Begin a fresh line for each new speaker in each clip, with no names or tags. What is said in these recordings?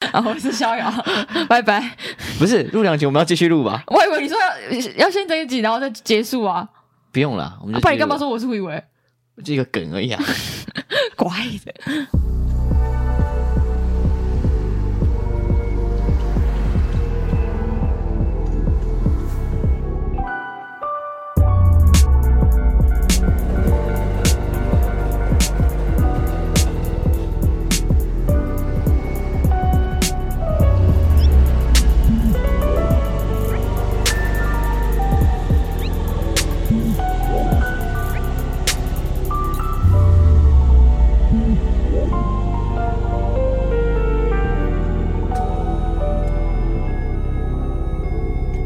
啊，我是逍遥，拜拜。
不是录两集，我们要继续录吧？
我以为你说要要先这一集，然后再结束啊，
不用了，我们就
不然你干嘛
继续
说我是以为？
录？就一个梗而已啊。
怪的。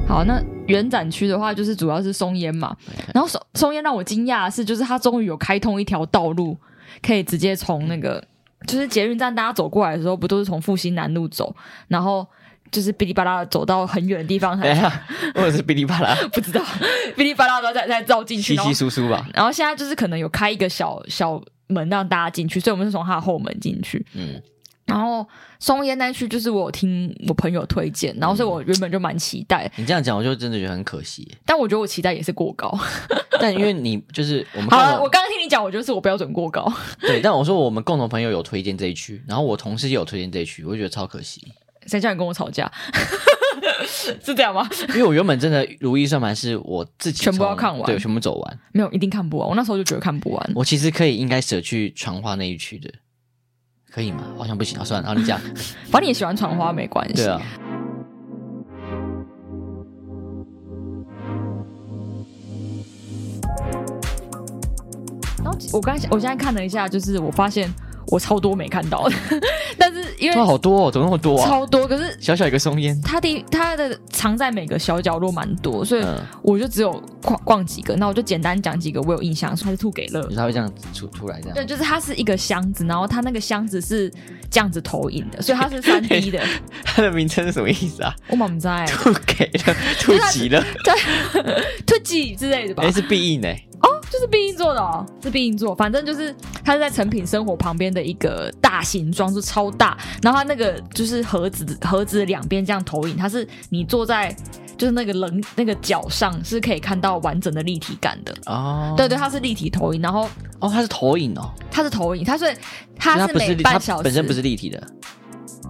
好，那原展区的话，就是主要是松烟嘛。然后松松烟让我惊讶的是，就是它终于有开通一条道路，可以直接从那个就是捷运站大家走过来的时候，不都是从复兴南路走，然后就是哔哩吧啦走到很远的地方
等一
才
下，哎或者是哔哩吧啦，
不知道哔哩吧啦然后再再绕进去，
稀
然后
稀疏疏吧。
然后现在就是可能有开一个小小门让大家进去，所以我们是从它的后门进去。
嗯，
然后松烟那区就是我有听我朋友推荐，然后所以我原本就蛮期待，
你这样讲，我就真的觉得很可惜。
但我觉得我期待也是过高。
但因为你就是我们
好
共
了，
同
我刚刚听你讲，我觉得是我标准过高。
对，但我说我们共同朋友有推荐这一区，然后我同事也有推荐这一区，我就觉得超可惜。
谁叫你跟我吵架？ 是这样吗？
因为我原本真的《如懿算盘》是我自己
全部
从
要看完
对，全部走完。
没有，一定看不完。我那时候就觉得看不完。
我其实可以应该舍去传话那一区的，可以吗？好像不行，啊、算了，然 后你讲。
反正你也喜欢传花没关系。
对啊，
然后我刚才我现在看了一下，就是我发现我超多没看到的， 但是因为
哇，好多哦，怎么那么多啊？
超多，可是
小小一个松烟，
它的它的藏在每个小角落蛮多，所以
嗯，
我就只有逛逛几个。那我就简单讲几个我有印象，说它是吐给乐
就。是它会这样子出出来这样。
对，就是它是一个箱子，然后它那个箱子是这样子投影的，所以它 是三 D 的。
它的名称是什么意思啊？
我满在
吐 给 了，吐急了，
特技之类的吧
哎、？是必应哎、
就是必应座的哦，是必应座。反正就是它是在成品生活旁边的一个大型装，就超大。然后它那个就是盒子，盒子两边这样投影，它是你坐在就是那个棱那个角上是可以看到完整的立体感的。
哦，
对对，它是立体投影，然后
哦，它是投影哦，
它是投影，它是
所以
它
它
是
不是
每
立
半
它
小时
本身不是立体的，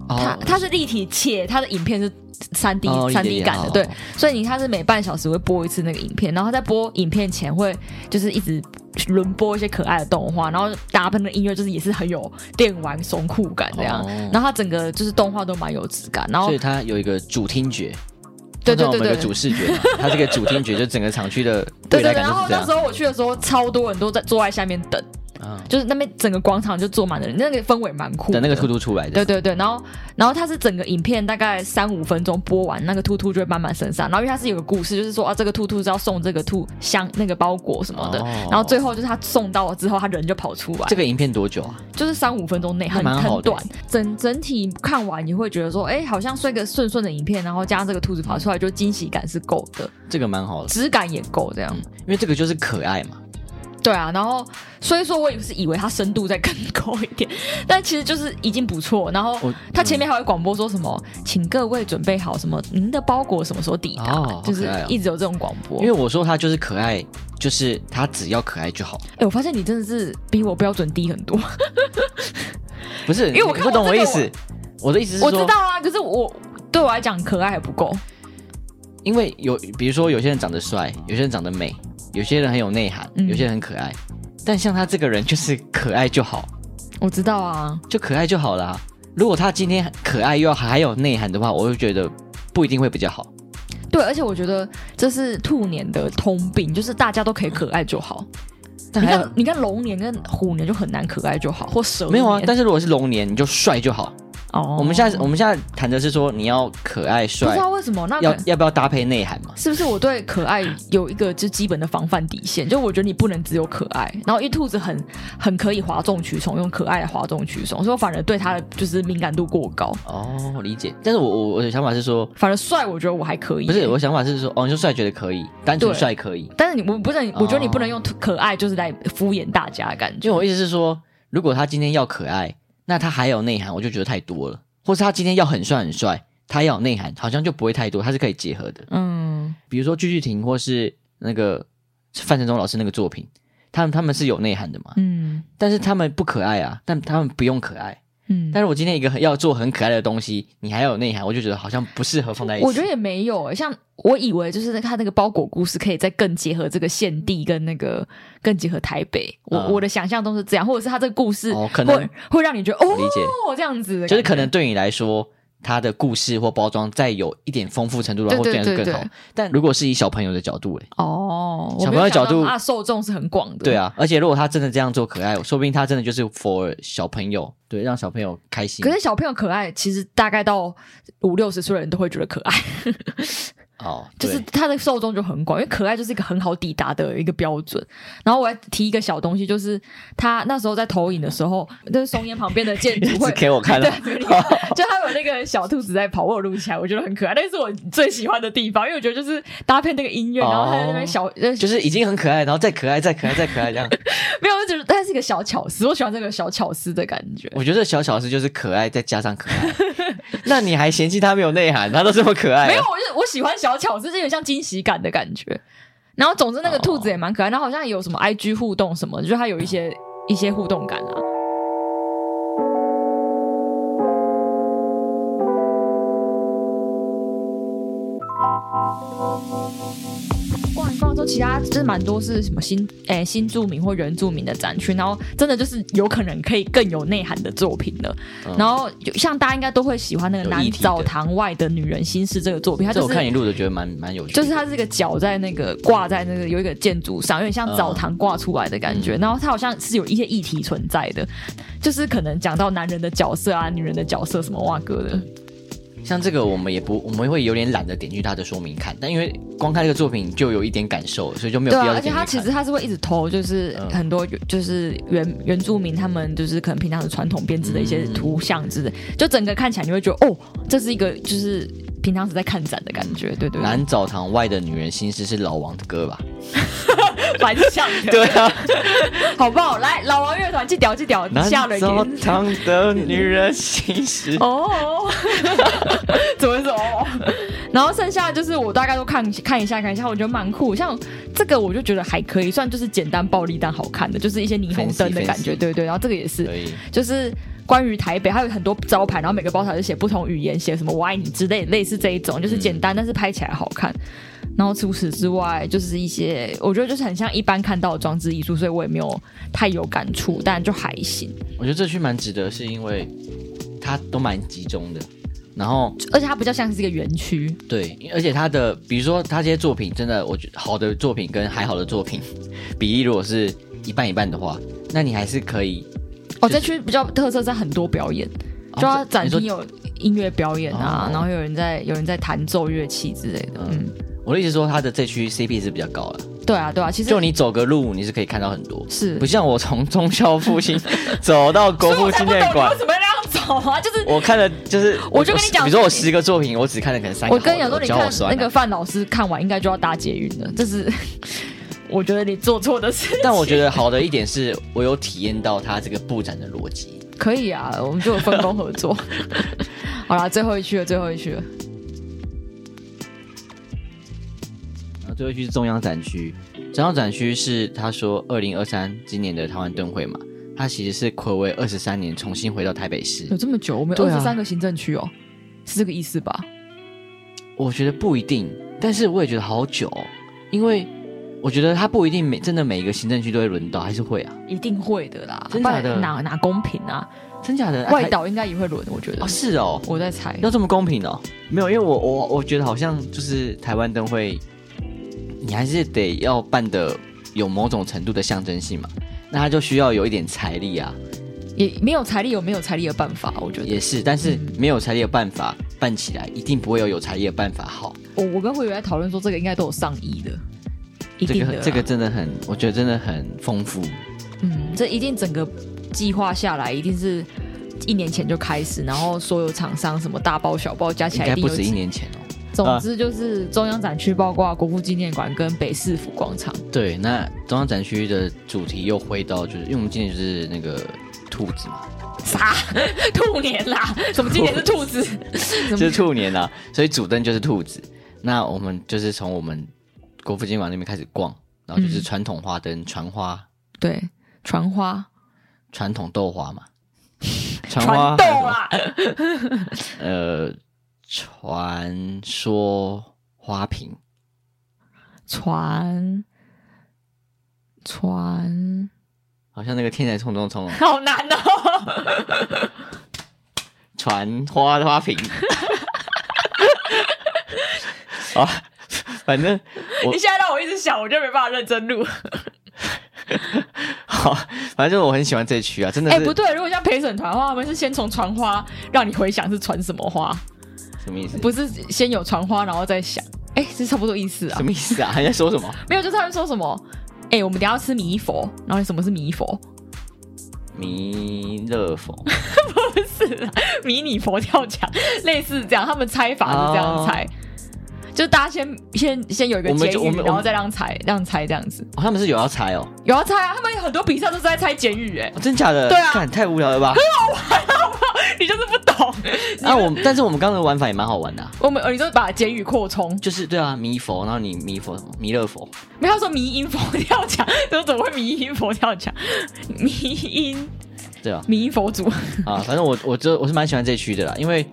它
哦，
它是立体且它的影片是三 D
哦
三
理
D
解
感
哦
的，对，所以你它是每半小时会播一次那个影片，然后在播影片前会就是一直轮播一些可爱的动画，然后搭配的音乐就是也是很有电玩怂酷感这样，
哦
啊然后它整个就是动画都蛮有质感，然后
所以它有一个主听觉，
对对
通常我们有
对对
个主视 觉嘛，它这个主听觉就整个厂区的
对对
未来
对，
感
然
就
后
是这
那时
样。
候我去的时候，超多人都在坐在下面等，
嗯，
就是那边整个广场就坐满了人，那个氛围蛮酷的，
等那个兔兔出来
对
的，
对对，然后然后它是整个影片大概三五分钟播完，那个兔兔就会慢慢升上。然后因为它是有个故事，就是说啊，这个兔兔是要送这个兔香那个包裹什么的。
哦
然后最后就是他送到了之后，他人就跑出来，
这个影片多久啊？
就是三五分钟内
那
很
蛮好
很
的
短。
嗯
整整体看完你会觉得说，哎，好像是一个顺顺的影片，然后加上这个兔子跑出来，就惊喜感是够的，
这个蛮好的，
质感也够这样。
嗯，因为这个就是可爱嘛，
对啊，然后所以说我也是以为它深度再更高一点，但其实就是已经不错。然后
我
它前面还会广播说什么，请各位准备好什么，您的包裹什么时候抵达，
哦好
就是
可爱哦
一直有这种广播。
因为我说它就是可爱，就是它只要可爱就好，
哎、我发现你真的是比我标准低很多。
不是？
因为我
你
看
不懂
过
我
这
意
个
思，我的意思是
我知
说，
道啊，可是我对我来讲可爱还不够。
因为有比如说有些人长得帅，有些人长得美，有些人很有内涵，
嗯
有些人很可爱，但像他这个人就是可爱就好，
我知道啊，
就可爱就好啦。如果他今天可爱又要还有内涵的话，我就觉得不一定会比较好。
对，而且我觉得这是兔年的通病，就是大家都可以可爱就好。
但
你
还有
看，你看龙年跟虎年就很难可爱就好，或蛇
没有啊？
年
但是如果是龙年，你就帅就好。
哦，
我们现在我们现在谈的是说你要可爱
不
帅
知，道为什么那可
要要不要搭配内涵嘛？
是不是我对可爱有一个就基本的防范底线？就我觉得你不能只有可爱，然后因为兔子很很可以哗众取宠，用可爱来哗众取宠，所以我反而对它的就是敏感度过高。
哦，理解。但是我我我的想法是说，
反而帅，我觉得我还可以。
不是，我想法是说，哦，你说帅觉得可以，单纯
对
帅可以。
但是你我不是很，我觉得你
哦
不能用可爱就是来敷衍大家的感觉。
就我意思是说，如果他今天要可爱，那他还有内涵，我就觉得太多了。或是他今天要很帅很帅，他要有内涵，好像就不会太多，它是可以结合的。
嗯
比如说句句婷或是那个范承宗老师那个作品，他们他们是有内涵的嘛，
嗯
但是他们不可爱啊，但他们不用可爱。
嗯，
但是我今天一个很要做很可爱的东西，你还要有内涵，我就觉得好像不适合放在一起。
我觉得也没有、欸，像我以为就是他那个包裹故事可以再更结合这个县地跟那个更结合台北，我、
嗯
我的想象都是这样，或者是他这个故事
哦可能
会会让你觉得哦
理解
这样子的感觉，
就是可能对你来说，它的故事或包装再有一点丰富程度的话，
对
会
对
变得
对
更好
对。
但如果是以小朋友的角度、欸，
哦，我
小
没
朋
有
友角
想到
度
他的受众是很广的，
对。啊，而且如果他真的这样做可爱，说不定他真的就是 for 小朋友，对，让小朋友开心。
可是小朋友可爱，其实大概到五六十岁的人都会觉得可爱，
哦，
就
对
是他的受众就很广，因为可爱就是一个很好抵达的一个标准。然后我还提一个小东西，就是他那时候在投影的时候，就是松烟旁边的 建筑
只
会
给我看了
对，， 就他有那个小兔子在跑，我有录起来，我觉得很可爱，那是我最喜欢的地方，因为我觉得就是搭配那个音乐，
哦
然后他在那边小，呃
就是已经很可爱，然后再可爱，再可爱，再可爱 这样。
没有，就是它是一个小巧思，我喜欢这个小巧思的感觉。
我觉得小小事就是可爱，再加上可爱。那你还嫌弃他没有内涵？他都这么可爱了，啊
没有，啊我就我喜欢小巧思，就有点像惊喜感的感觉。然后总之那个兔子也蛮可爱，然后好像有什
哦
么 IG 互动什么，就是它有一些一些互动感啊。逛一逛之后，其他就是蛮多是什么新诶、新著名或原住民的展区，然后真的就是有可能可以更有内涵的作品了。
嗯
然后有像大家应该都会喜欢那个
有
南
议题的
澡堂外的女人心事这个作品，它
这
就
我看
是
你录的，觉得蛮蛮有趣的。
就是它这个脚在那个挂在那个有一个建筑上，有点像澡堂挂出来的感
嗯
觉。然后它好像是有一些议题存在的，就是可能讲到男人的角色啊、女人的角色什么哇哥的，
嗯像这个，我们也不，我们会有点懒得点进去它的说明看，但因为光看这个作品就有一点感受，所以就没有
对
必
啊。
要
而且
点进去
它
看。
其实它是会一直投，就是
嗯
很多就是原原住民他们就是可能平常的传统编织的一些
嗯
图像之类，就整个看起来你会觉得哦，这是一个就是平常时在看展的感觉，对对对，
男澡堂外的女人心思是老王的歌吧？
反向的。
对啊，
好不好？来，老王乐团，去屌去屌，
男
下了一
澡
点。
堂的女人心思。
哦， 怎么怎哦么？然后剩下就是我大概都看看一下看一下，我觉得蛮酷。像这个我就觉得还可以，算就是简单暴力但好看的，就是一些霓虹灯的感觉，
Fancy，fancy
对对。然后这个也是，
所以
就是关于台北，还有很多招牌，然后每个招牌就写不同语言，写什么“我爱你”之类，类似这一种，就是简单，但是拍起来好看。然后除此之外，就是一些我觉得就是很像一般看到的装置艺术，所以我也没有太有感触，但就还行。
我觉得这区蛮值得，是因为它都蛮集中的。然后
而且它比较像是一个园区，
对，而且他的比如说他这些作品，真的我觉得好的作品跟还好的作品 比例，如果是一半一半的话，那你还是可以
哦，
就
这
是
区比较特色在很多表演，就它
哦这
展
你说
厅有音乐表演啊，
哦
然后有人在有人在弹奏乐器之类的，嗯
嗯，我的意思说，他的这区 CP 是比较高了，
对啊对啊，其实
就你走个路，你是可以看到很多。
是
不，像我从中校复兴走到
所
国
以
父
我才
纪
不懂
念
你
馆
为，什么要这样走啊，就是
我看了就是，
我就跟你讲
比如说我十个作品，我只看了可能三个好
我
的。
跟你讲说，你
脚好
看
酸啊
那个，范老师看完应该就要搭捷运了，这是 我觉得你做错的事。
但我觉得好的一点是我有体验到他这个布展的逻辑。
可以啊，我们就有分工合 作。好啦，最后一区了，最后一区了。
然后最后一区是中央展区，中央展区是他说二零二三今年的台湾灯会嘛，它其实是暌违二十三年重新回到台北市
有。这么久？我们
对
二
啊
十三个行政区哦，是这个意思吧？
我觉得不一定，但是我也觉得好久哦、因为我觉得它不一定每真的每一个行政区都会轮到，还是会啊，
一定会的啦，
真假的
不然哪哪公平啊？
真假的？啊
外
台
岛应该也会轮，我觉得
哦，。是哦，
我在猜，
要这么公平哦？没有，因为我我我觉得好像就是台湾灯会，你还是得要办的有某种程度的象征性嘛，那它就需要有一点财力啊，
也没有财力有没有财力的办法，我觉得。
也是，但是没有财力的办法办起来，一定不会有有财力的办法好。
我我跟慧宇在讨论说，这个应该都有上亿的，一
这
定的啊
个
啦。
这个真的啊很，我觉得真的很丰富。
嗯，这一定整个计划下来，一定是一年前就开始，然后所有厂商什么大包小包加起
应
来
该
定
不
有
止
几
一。年前哦。
总之就是中央展区包括国父纪念馆跟北市府广场，
对，那中央展区的主题又回到，就是因为我们今年就是那个兔子嘛，
啥 兔年啦？怎么今年是兔 子？
就
怎
是
么
兔年啊，所以主灯就是兔子。那我们就是从我们国父纪念馆那边开始逛，然后就是
嗯
传统花灯、传花、
对传花
传统豆 花嘛，传花
传豆啊啦，
呃，传说花瓶，
传传
好像那个天才冲冲冲哦，
好难哦。
传花花瓶。 啊，反正我
你现在让我一直想，我就没办法认真录。
好，反正我很喜欢这区啊，真的
哎、
是、
不对，如果像陪审团的话，他们是先从传花让你回想是传什么花，
什么意思？
不是先有传花然后再想。哎、是差不多意思啊
什。么意思啊？还在说什么？
没有，就是他们说什么，哎、我们等一下要吃米佛，然后什么是米佛？
弥勒佛，
不是啊迷你佛跳墙， 类似这样，他们猜法是这样猜。就大家先先先有一个
哦我们
结
就我
语，
们
然
我
后
们
再让猜让猜这样子，
哦他们是有要猜哦，
有要猜啊！他们有很多比赛都是在猜简语，哎，
哦真假的？
对啊
干太无聊了吧？
你就是不懂。
啊，我们但是我们刚刚的玩法也蛮好玩的啊、
我们哦，你就把简语扩充，
就是对啊，弥佛，然后你弥佛弥勒佛，
没有他说迷音佛跳墙， 都怎么会迷音佛跳墙？迷音
对 啊
迷音佛祖，
啊，反正我我这我是蛮喜欢这区的啦，因为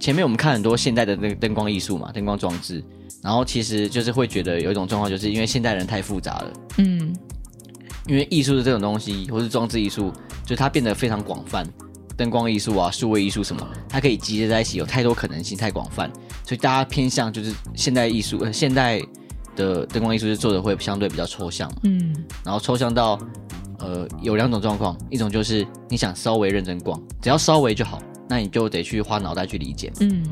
前面我们看很多现代的那个灯光艺术嘛，灯光装置，然后其实就是会觉得有一种状况，就是因为现代人太复杂了，
嗯，
因为艺术的这种东西，或是装置艺术，就它变得非常广泛。灯光艺术啊，数位艺术什么，它可以集结在一起，有太多可能性，太广泛，所以大家偏向就是现代艺术，呃，现代的灯光艺术是做的会相对比较抽象嘛，
嗯，
然后抽象到，呃，有两种状况，一种就是你想稍微认真逛，只要稍微就好，那你就得去花脑袋去理解，
嗯，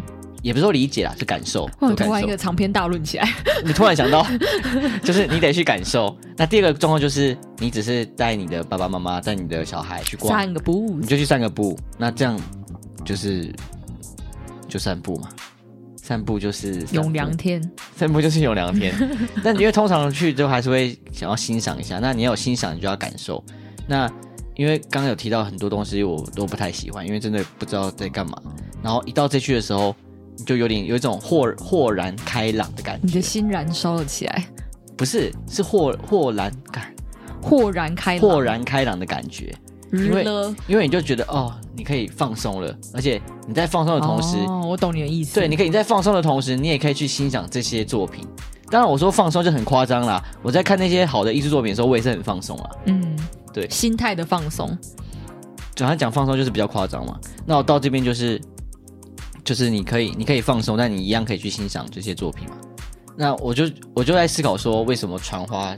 也不是说理解啦，是感受，
哇，
有感
突然一
受
个长篇大论起来，
你突然想到， 就是你得去感受。那第二个状况就是，你只是带你的爸爸妈妈、带你的小孩去逛，
三个不误
你，就去散个步。那这样就是就散步嘛，散步就是散步
永良，天，
散步就是永良 天。但因为通常去就还是会想要欣赏一下，那你要有欣赏，你就要感受。那因为刚刚有提到很多东西我都不太喜欢，因为真的不知道在干嘛。然后一到这区的时候，你就有点有一种豁豁然开朗的感
你
觉
的。心燃烧了起来，
不是，是豁豁然感，
豁然开朗，
豁然开朗的感觉，因为
了
因为你就觉得哦，你可以放松了，而且你在放松的同时，
哦，我懂你的意思，
对，你可以你在放松的同时，你也可以去欣赏这些作品。当然，我说放松就很夸张啦。我在看那些好的艺术作品的时候，我也是很放松啦。
嗯，
对
心态的放松，
主要讲放松就是比较夸张嘛。那我到这边就是，就是你可以，你可以放松，但你一样可以去欣赏这些作品嘛。那我就我就在思考说，为什么传花，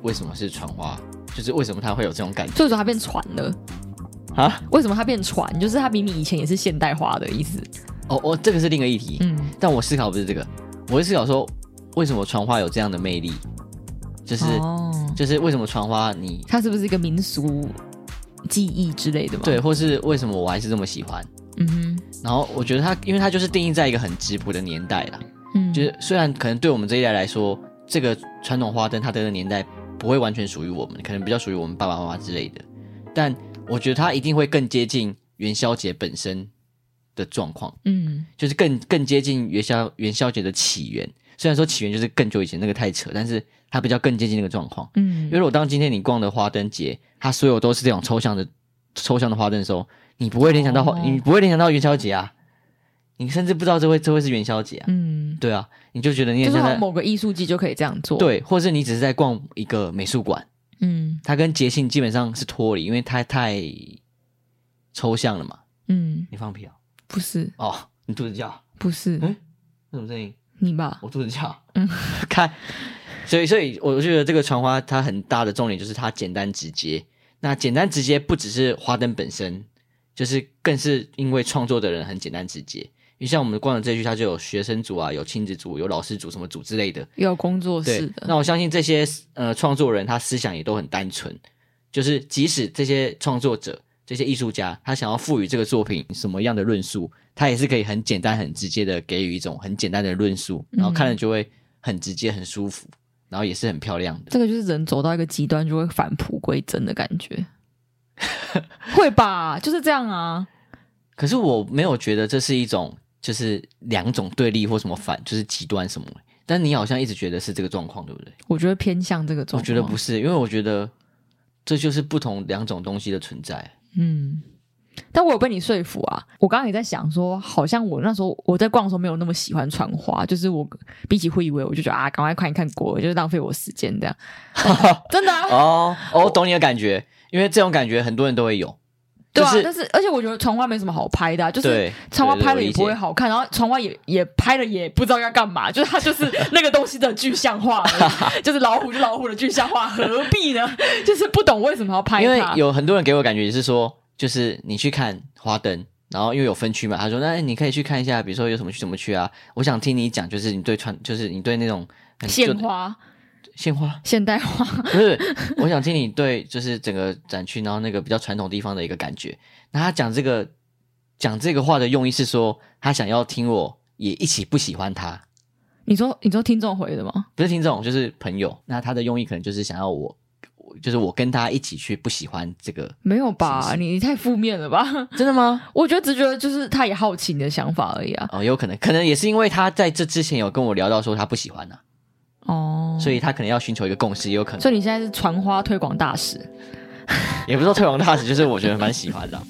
为什么是传花，就是为什么它会有这种感觉
所以说它变船了。
啊？
为什么它变船？就是它比你以前也是现代化的意思。
哦哦，这个是另一个议题，
嗯，
但我思考不是这个，我会思考说，为什么传花有这样的魅力？就是、
哦，
就是为什么传花你
它是不是一个民俗记忆之类的嘛？
对，，或是为什么我还是这么喜欢？
嗯哼，
然后我觉得它，因为它就是定义在一个很质朴的年代啦。
嗯，
就是虽然可能对我们这一代来说，这个传统花灯它的年代不会完全属于我们，可能比较属于我们爸爸妈妈之类的，但我觉得它一定会更接近元宵节本身的状况。
嗯，
就是更更接近元宵元宵节的起源。虽然说起源就是更久以前那个太扯，但是它比较更接近那个状况。因
嗯
为如果当今天你逛的花灯节，它所有都是这种抽象的抽象的花灯的时候，你不会联想到花，
哦
你不会联想到元宵节啊，你甚至不知道这会这会是元宵节啊。
嗯，
对啊，你就觉得你
就
很
是
像
好
在
像某个艺术季就可以这样做。，
对，或是你只是在逛一个美术馆，
嗯
它跟节庆基本上是脱离，因为它太抽象了嘛。
嗯，
你放屁啊！
不是
哦，你肚子叫，
不是
嗯那什么声音？
你吧？
我肚子叫，
嗯
嗯，看，所以所以我觉得这个传花它很大的重点就是它简单直接。那简单直接不只是花灯本身，就是更是因为创作的人很简单直接。因为像我们逛的这一区，它就有学生组啊，有亲子组，有老师组什么组之类的。
有工作室
对，
的，
那我相信这些呃创作人他思想也都很单纯，就是即使这些创作者、这些艺术家，他想要赋予这个作品什么样的论述，他也是可以很简单、很直接的给予一种很简单的论述，然后看了就会很直接、很舒服，然后也是很漂亮的。
这个就是人走到一个极端就会返璞归真的感觉。会吧？就是这样啊。
可是我没有觉得这是一种就是两种对立或什么反，就是极端什么。但你好像一直觉得是这个状况，对不对？
我觉得偏向这个
我
状况，
觉得不是，因为我觉得这就是不同两种东西的存在。啊
嗯，但我有被你说服啊！我刚刚也在想说，好像我那时候我在逛的时候没有那么喜欢穿花，就是我比起会以为，我就觉得啊，赶快看一看国文，就是浪费我时间 这样。真的啊，
哦，哦，我懂你的感觉，因为这种感觉很多人都会有。
对啊，
就是
但是而且我觉得船花没什么好拍的、啊，就是
对，
船花
对
拍了也不。
我
会
理解
好看，然后船花也也拍了也不知道要干嘛，就是它就是那个东西的具象化而 已，就是老虎就老虎的具象化，何必呢？ 就是不懂为什么要拍它，
因为有很多人给我感觉也是说，就是你去看花灯，然后因为有分区嘛，他说那哎你可以去看一下，比如说有什么去怎么去啊。我想听你讲，就是你对传，就是你对那种很
现
就
花、
现花，
现代化，
不是，我想听你对就是整个展区，然后那个比较传统地方的一个感觉。那他讲这个讲这个话的用意是说，他想要听我也一起不喜欢他，
你说你说听众回的吗？
不是听众就是朋友。那他的用意可能就是想要我，我就是我跟他一起去不喜欢这个，
没有吧？
是不是
你你太负面了吧？
真的吗？
我觉得只觉得就是他也好奇你的想法而已啊。
哦，有可能，可能也是因为他在这之前有跟我聊到说他不喜欢呐、
哦，
所以他可能要寻求一个共识，也有可能
所以你现在是传花推广大使。
也不是说退王大使，就是我觉得蛮喜欢的啊、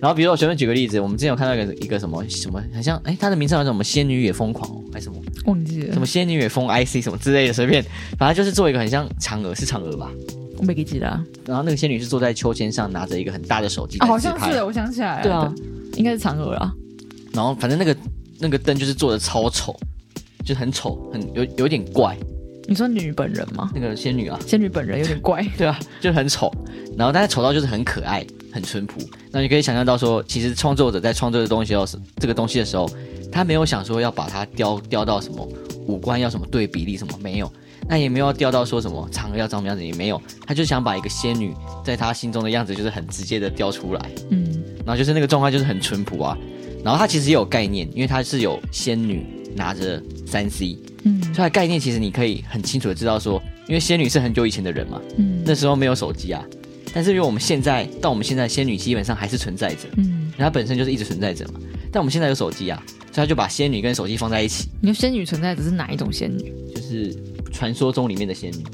然后比如说我随便举个例子，我们之前有看到一个一个什么什么，很像哎，它的名称好像什么“仙女也疯狂”哦，还是什么
忘记了
什么“仙女也疯 IC” 什么之类的，随便，反正就是做一个很像嫦娥，是嫦娥吧？
我没给记得啊，
然后那个仙女是坐在秋千上，拿着一个很大的手机
啊
在
好
自
像
拍，
是，我想起来了，
对啊，
应该是嫦娥啊。
然后反正那个那个灯就是做的超丑，就很丑，很有有点怪，
你说女本人吗？
那个仙女啊，
仙女本人有点怪，
对啊，就很丑，然后但是丑到就是很可爱、很淳朴。那你可以想象到说，其实创作者在创作的东西的时候，这个东西的时候，他没有想说要把它雕雕到什么五官要什么对比例什么没有，那也没有要雕到说什么嫦娥要长什么样子也没有，他就想把一个仙女在他心中的样子就是很直接的雕出来，
嗯，
然后就是那个状况就是很淳朴啊。然后他其实也有概念，因为他是有仙女拿着三 C，
嗯
所以它的概念其实你可以很清楚的知道说，因为仙女是很久以前的人嘛，
嗯
那时候没有手机啊，但是因为我们现在到我们现在，仙女基本上还是存在着，
嗯，
它本身就是一直存在着嘛。但我们现在有手机啊，所以他就把仙女跟手机放在一起，
你说仙女存在只是哪一种仙女？
就是传说中里面的仙女。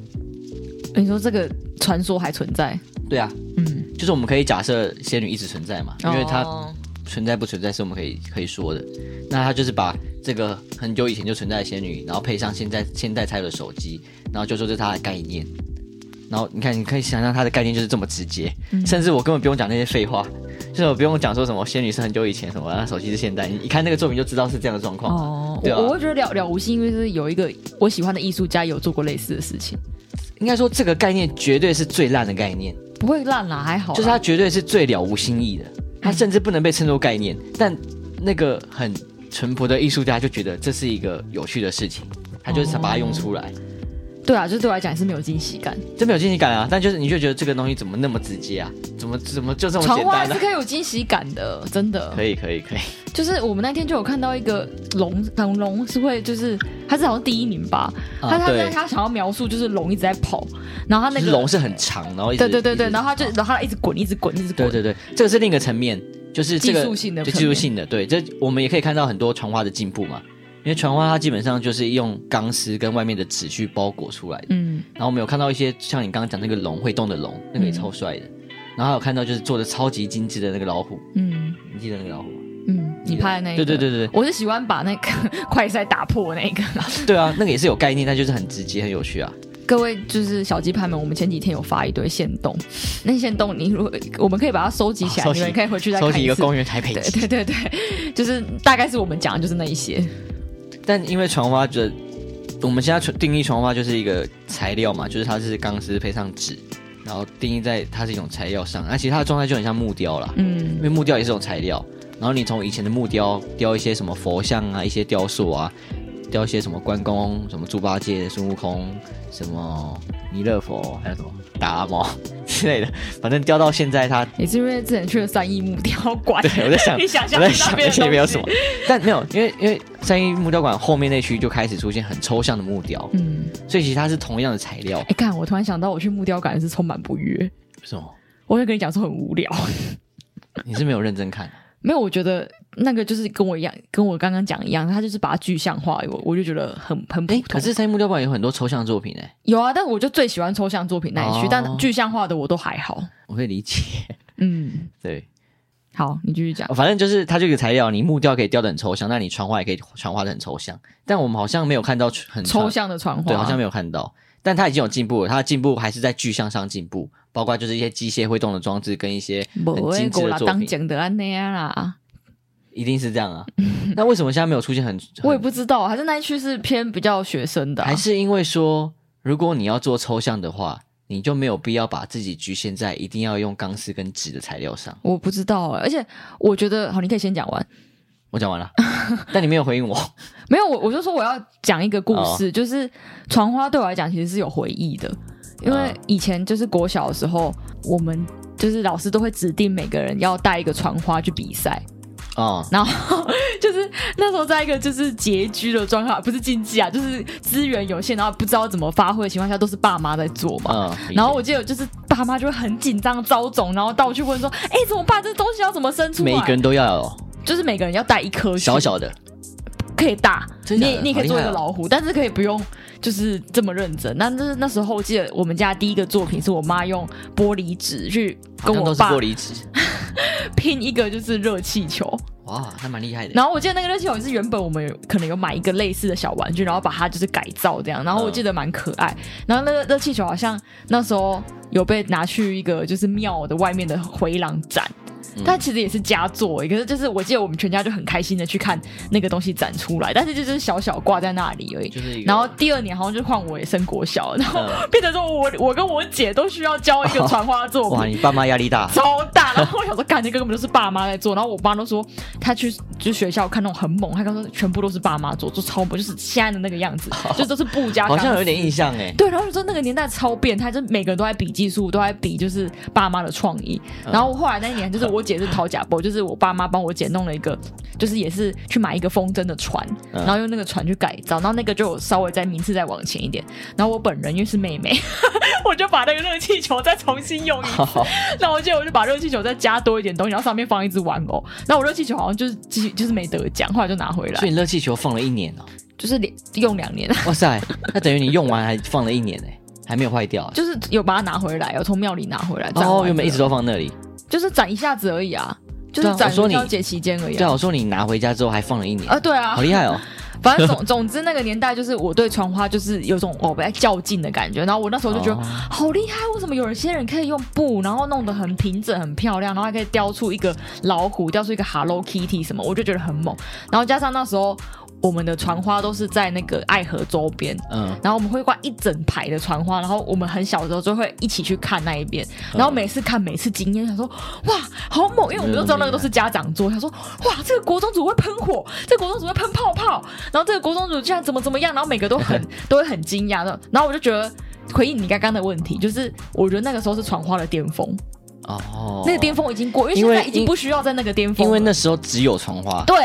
你说这个传说还存在？
对啊，
嗯，
就是我们可以假设仙女一直存在嘛，因为它
哦
存在不存在是我们可以可以说的。那他就是把这个很久以前就存在的仙女，然后配上现在现代才有的手机，然后就说这是他的概念。然后你看，你可以想象他的概念就是这么直接，甚至我根本不用讲那些废话，就是我不用讲说什么仙女是很久以前什么，然后手机是现代，你一看那个作品就知道是这样的状况。
哦，
对啊
我我会觉得了了无心，因为是有一个我喜欢的艺术家有做过类似的事情，
应该说这个概念绝对是最烂的概念，
不会烂啦，还好啊嗯啦，
就是它绝对是最了无新意的，它甚至不能被称作概念。但那个很淳朴的艺术家就觉得这是一个有趣的事情，他就是把它用出
哦
来。
对啊，就是对我来讲也是没有惊喜感。
真没有惊喜感啊！但就是你就觉得这个东西怎么那么直接啊？怎么怎么就这么
传
简
话还是
单呢、
可以有惊喜感的，真的。
可以可以可以，
就是我们那天就有看到一个龙，龙龙是会就是，它是好像第一名吧。
啊
他他
对
他想要描述就是龙一直在跑，然后他那
就是
个
龙是很长，然后一
对
直
对对
一
对，
直
然后他就然后他一直滚，一直滚，一直
啊对
滚。
对对，这个是另一个层面，就是这个
技术性的
对
层
技术
面
性的，对，这我们也可以看到很多船花的进步嘛。因为船花它基本上就是用钢丝跟外面的纸去包裹出来的，
嗯，
然后我们有看到一些像你刚刚讲那个龙会动的龙，那个也超帅的，然后还有看到就是做的超级精致的那个老虎，
嗯
你记得那个老虎吗？
嗯，你拍的那一个，
对对对对对，
我是喜欢把那个 快塞打破那个。
对啊，那个也是有概念，但就是很直接，很有趣啊。
各位就是小鸡派们，我们前几天有发一堆线动，那线动你如果我们可以把它收集起来，
哦收集
你们可以回去再看
收集一个
次
公园台北
对
记
对对对，就是大概是我们讲的就是那一些。
但因为船花的，我们现在定义船花就是一个材料嘛，就是它是钢丝配上纸，然后定义在它是一种材料上。那其实它的状态就很像木雕啦，因
嗯
为木雕也是一种材料。然后你从以前的木雕雕一些什么佛像啊，一些雕塑啊，雕一些什么关公、什么猪八戒、孙悟空、什么弥勒佛，还有什么达摩之类的，反正雕到现在它
也是因为之前去了三义木雕馆，
对，我在想，
你想象
我在
不到
想
别的
那些
东
没有
西
什么，但没有，因为因为三一木雕馆后面那区就开始出现很抽象的木雕，
嗯，
所以其实它是同样的材料
哎、，看我突然想到，我去木雕馆是充满不悦，
什么？
我会跟你讲说很无聊，
你是没有认真看？
没有，我觉得那个就是跟我一样，跟我刚刚讲一样，他就是把它具象化，我我就觉得很很普
哎、
通。
可是三木碉堡有很多抽象作品哎、
有啊，但我就最喜欢抽象作品那一区，
哦
但具象化的我都还好。
我可以理解。
嗯，
对，
好，你继续讲。
反正就是它这个材料，你木雕可以雕的很抽象，那你传话也可以传话的很抽象。但我们好像没有看到很
抽，象的传话，
对，好像没有看到。但它已经有进步了，它的进步还是在具象上进步，包括就是一些机械会动的装置跟一些很
不会
精致
过
的
啦，
作
当
品，
讲的安那样啦，
一定是这样啊。 那为什么现在没有出现很？
我也
很
不知道，还是那一区是偏比较学生的啊、
还是因为说，如果你要做抽象的话，你就没有必要把自己局限在一定要用钢丝跟纸的材料上。
我不知道欸、而且我觉得，好，你可以先讲完。
我讲完 了，但你没有回应我。
没有，我我就说我要讲一个故
哦
事，就是传花对我来讲其实是有回忆的，因为
嗯
以前就是国小的时候，我们就是老师都会指定每个人要带一个传花去比赛，
哦，
然后就是那时候在一个就是拮据的状况，不是经济啊，就是资源有限，然后不知道怎么发挥的情况下，都是爸妈在做嘛。
嗯，理解
然后我记得就是爸妈就会很紧张招总，然后到处问说：“哎，怎么办？这东西要怎么生出来？”
每一个人都要有
就是每个人要带一颗去，
小小的，
可以大，
真
你
的假的
也你也可以做一个
好厉害哦
老虎，但是可以不用就是这么认真。那就是那时候我记得我们家第一个作品是我妈用玻璃纸去
好
跟
像
我
都是
爸
玻璃纸。
拼一个就是热气球，
哇，那蛮厉害的。
然后我记得那个热气球是原本我们有可能有买一个类似的小玩具，然后把它就是改造这样，然后我记得蛮可爱。然后那个热气球好像那时候有被拿去一个就是庙的外面的回廊展。
嗯
但其实也是佳作，欸可是就是我记得我们全家就很开心的去看那个东西展出来，但是就是小小挂在那里而已。
就是一个
然后第二年好像就换我也升国小，然后
嗯
变成说我我跟我姐都需要交一个传花作品
哇，，你爸妈压力 大。
超大。然后我想说，感觉根本就是爸妈在做。然后我妈都说，她去就学校看那种很猛，她刚说全部都是爸妈做，做超猛，就是现在的那个样 子，就都是布加
好
钢丝，
像有点印象哎，
对，然后就说那个年代超变态，就是每个人都在比技术，都在比就是爸妈的创意。
嗯
然后后来那一年，就是我姐是掏假包，就是我爸妈帮我姐弄了一个，就是也是去买一个风筝的船，
嗯
然后用那个船去改造，然后那个就有稍微再名次再往前一点。然后我本人因为是妹妹， 我就把那个热气球再重新用一次。那我记得我就把热气球再加多一点东西，然后上面放一只玩偶。那我热气球好像就是继续就是没得奖，后来就拿回
所
来，
以你热气球放了一年哦，
就是连用两年。
哇塞，那等于你用完还放了一年哎，还没有坏掉。
就是有把它拿回来，有哦从庙里拿回来。展
哦，
完
原本一
的
直都放那里。
就是展一下子而已啊，就
对啊
是展
我说
元
你
宵节期间而已
对啊，
啊。
我说你拿回家之后还放了一年
啊，，对啊
好，厉害哦。
反正总 总之那个年代，就是我对传花就是有种哦我在较劲的感觉。然后我那时候就觉得、
哦
好厉害，为什么有一些人可以用布，然后弄得很平整、很漂亮，然后还可以雕出一个老虎，雕出一个 Hello Kitty 什么，我就觉得很猛。然后加上那时候我们的传花都是在那个爱河周边，
嗯，
然后我们会挂一整排的船花，然后我们很小的时候就会一起去看那一边，
嗯
然后每次看每次惊艳，想说哇好猛，因为我们都知道那个都是家长做，想说哇这个国中组会喷火，这个国中组会喷泡泡，然后这个国中组竟然怎么怎么样，然后每个都 很都会很惊讶的，然后我就觉得。回应你刚刚的问题，就是我觉得那个时候是传花的巅峰，
哦，
那个巅峰已经过，因为
因
现
为
在已经不需要在那个巅峰
因
了，
为那时候只有传花，
对，